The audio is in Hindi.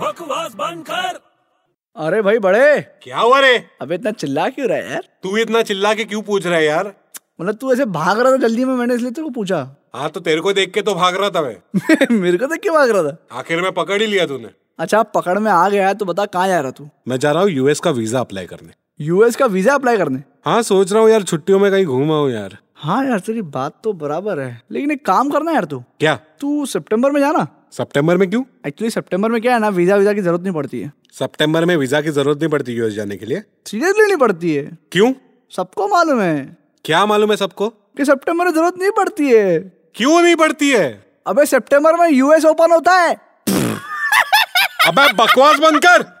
बकवास बंद कर अरे भाई बड़े क्या हुआ रे अब इतना चिल्ला क्यों रहा है यार तू इतना चिल्ला के क्यों पूछ रहा है यार मतलब तू ऐसे भाग रहा था जल्दी में मैंने इसलिए तेरे को पूछा हाँ तो तेरे को देख के तो भाग रहा था मैं मेरे को तो क्यों भाग रहा था आखिर में पकड़ ही लिया तूने अच्छा आप पकड़ में आ गया है तो बता कहाँ जा रहा तू मैं जा रहा हूँ यूएस का वीजा अप्लाई करने यूएस का वीजा अप्लाई करने हाँ सोच रहा हूँ यार छुट्टियों में कहीं घूम आऊं यार हाँ यार तेरी बात तो बराबर है लेकिन एक काम करना यार तू क्या तू सितंबर में जाना सितंबर में क्यों एक्चुअली सितंबर में क्या है ना वीजा वीजा की जरूरत नहीं पड़ती है सितंबर में वीजा की जरूरत नहीं पड़ती यूएस जाने के लिए सीरियसली नहीं पड़ती है क्यों सबको मालूम है क्या मालूम है सबको कि सितंबर में जरूरत नहीं पड़ती है क्यों नहीं पड़ती है अबे सितंबर में यूएस ओपन होता है अबे बकवास बंद कर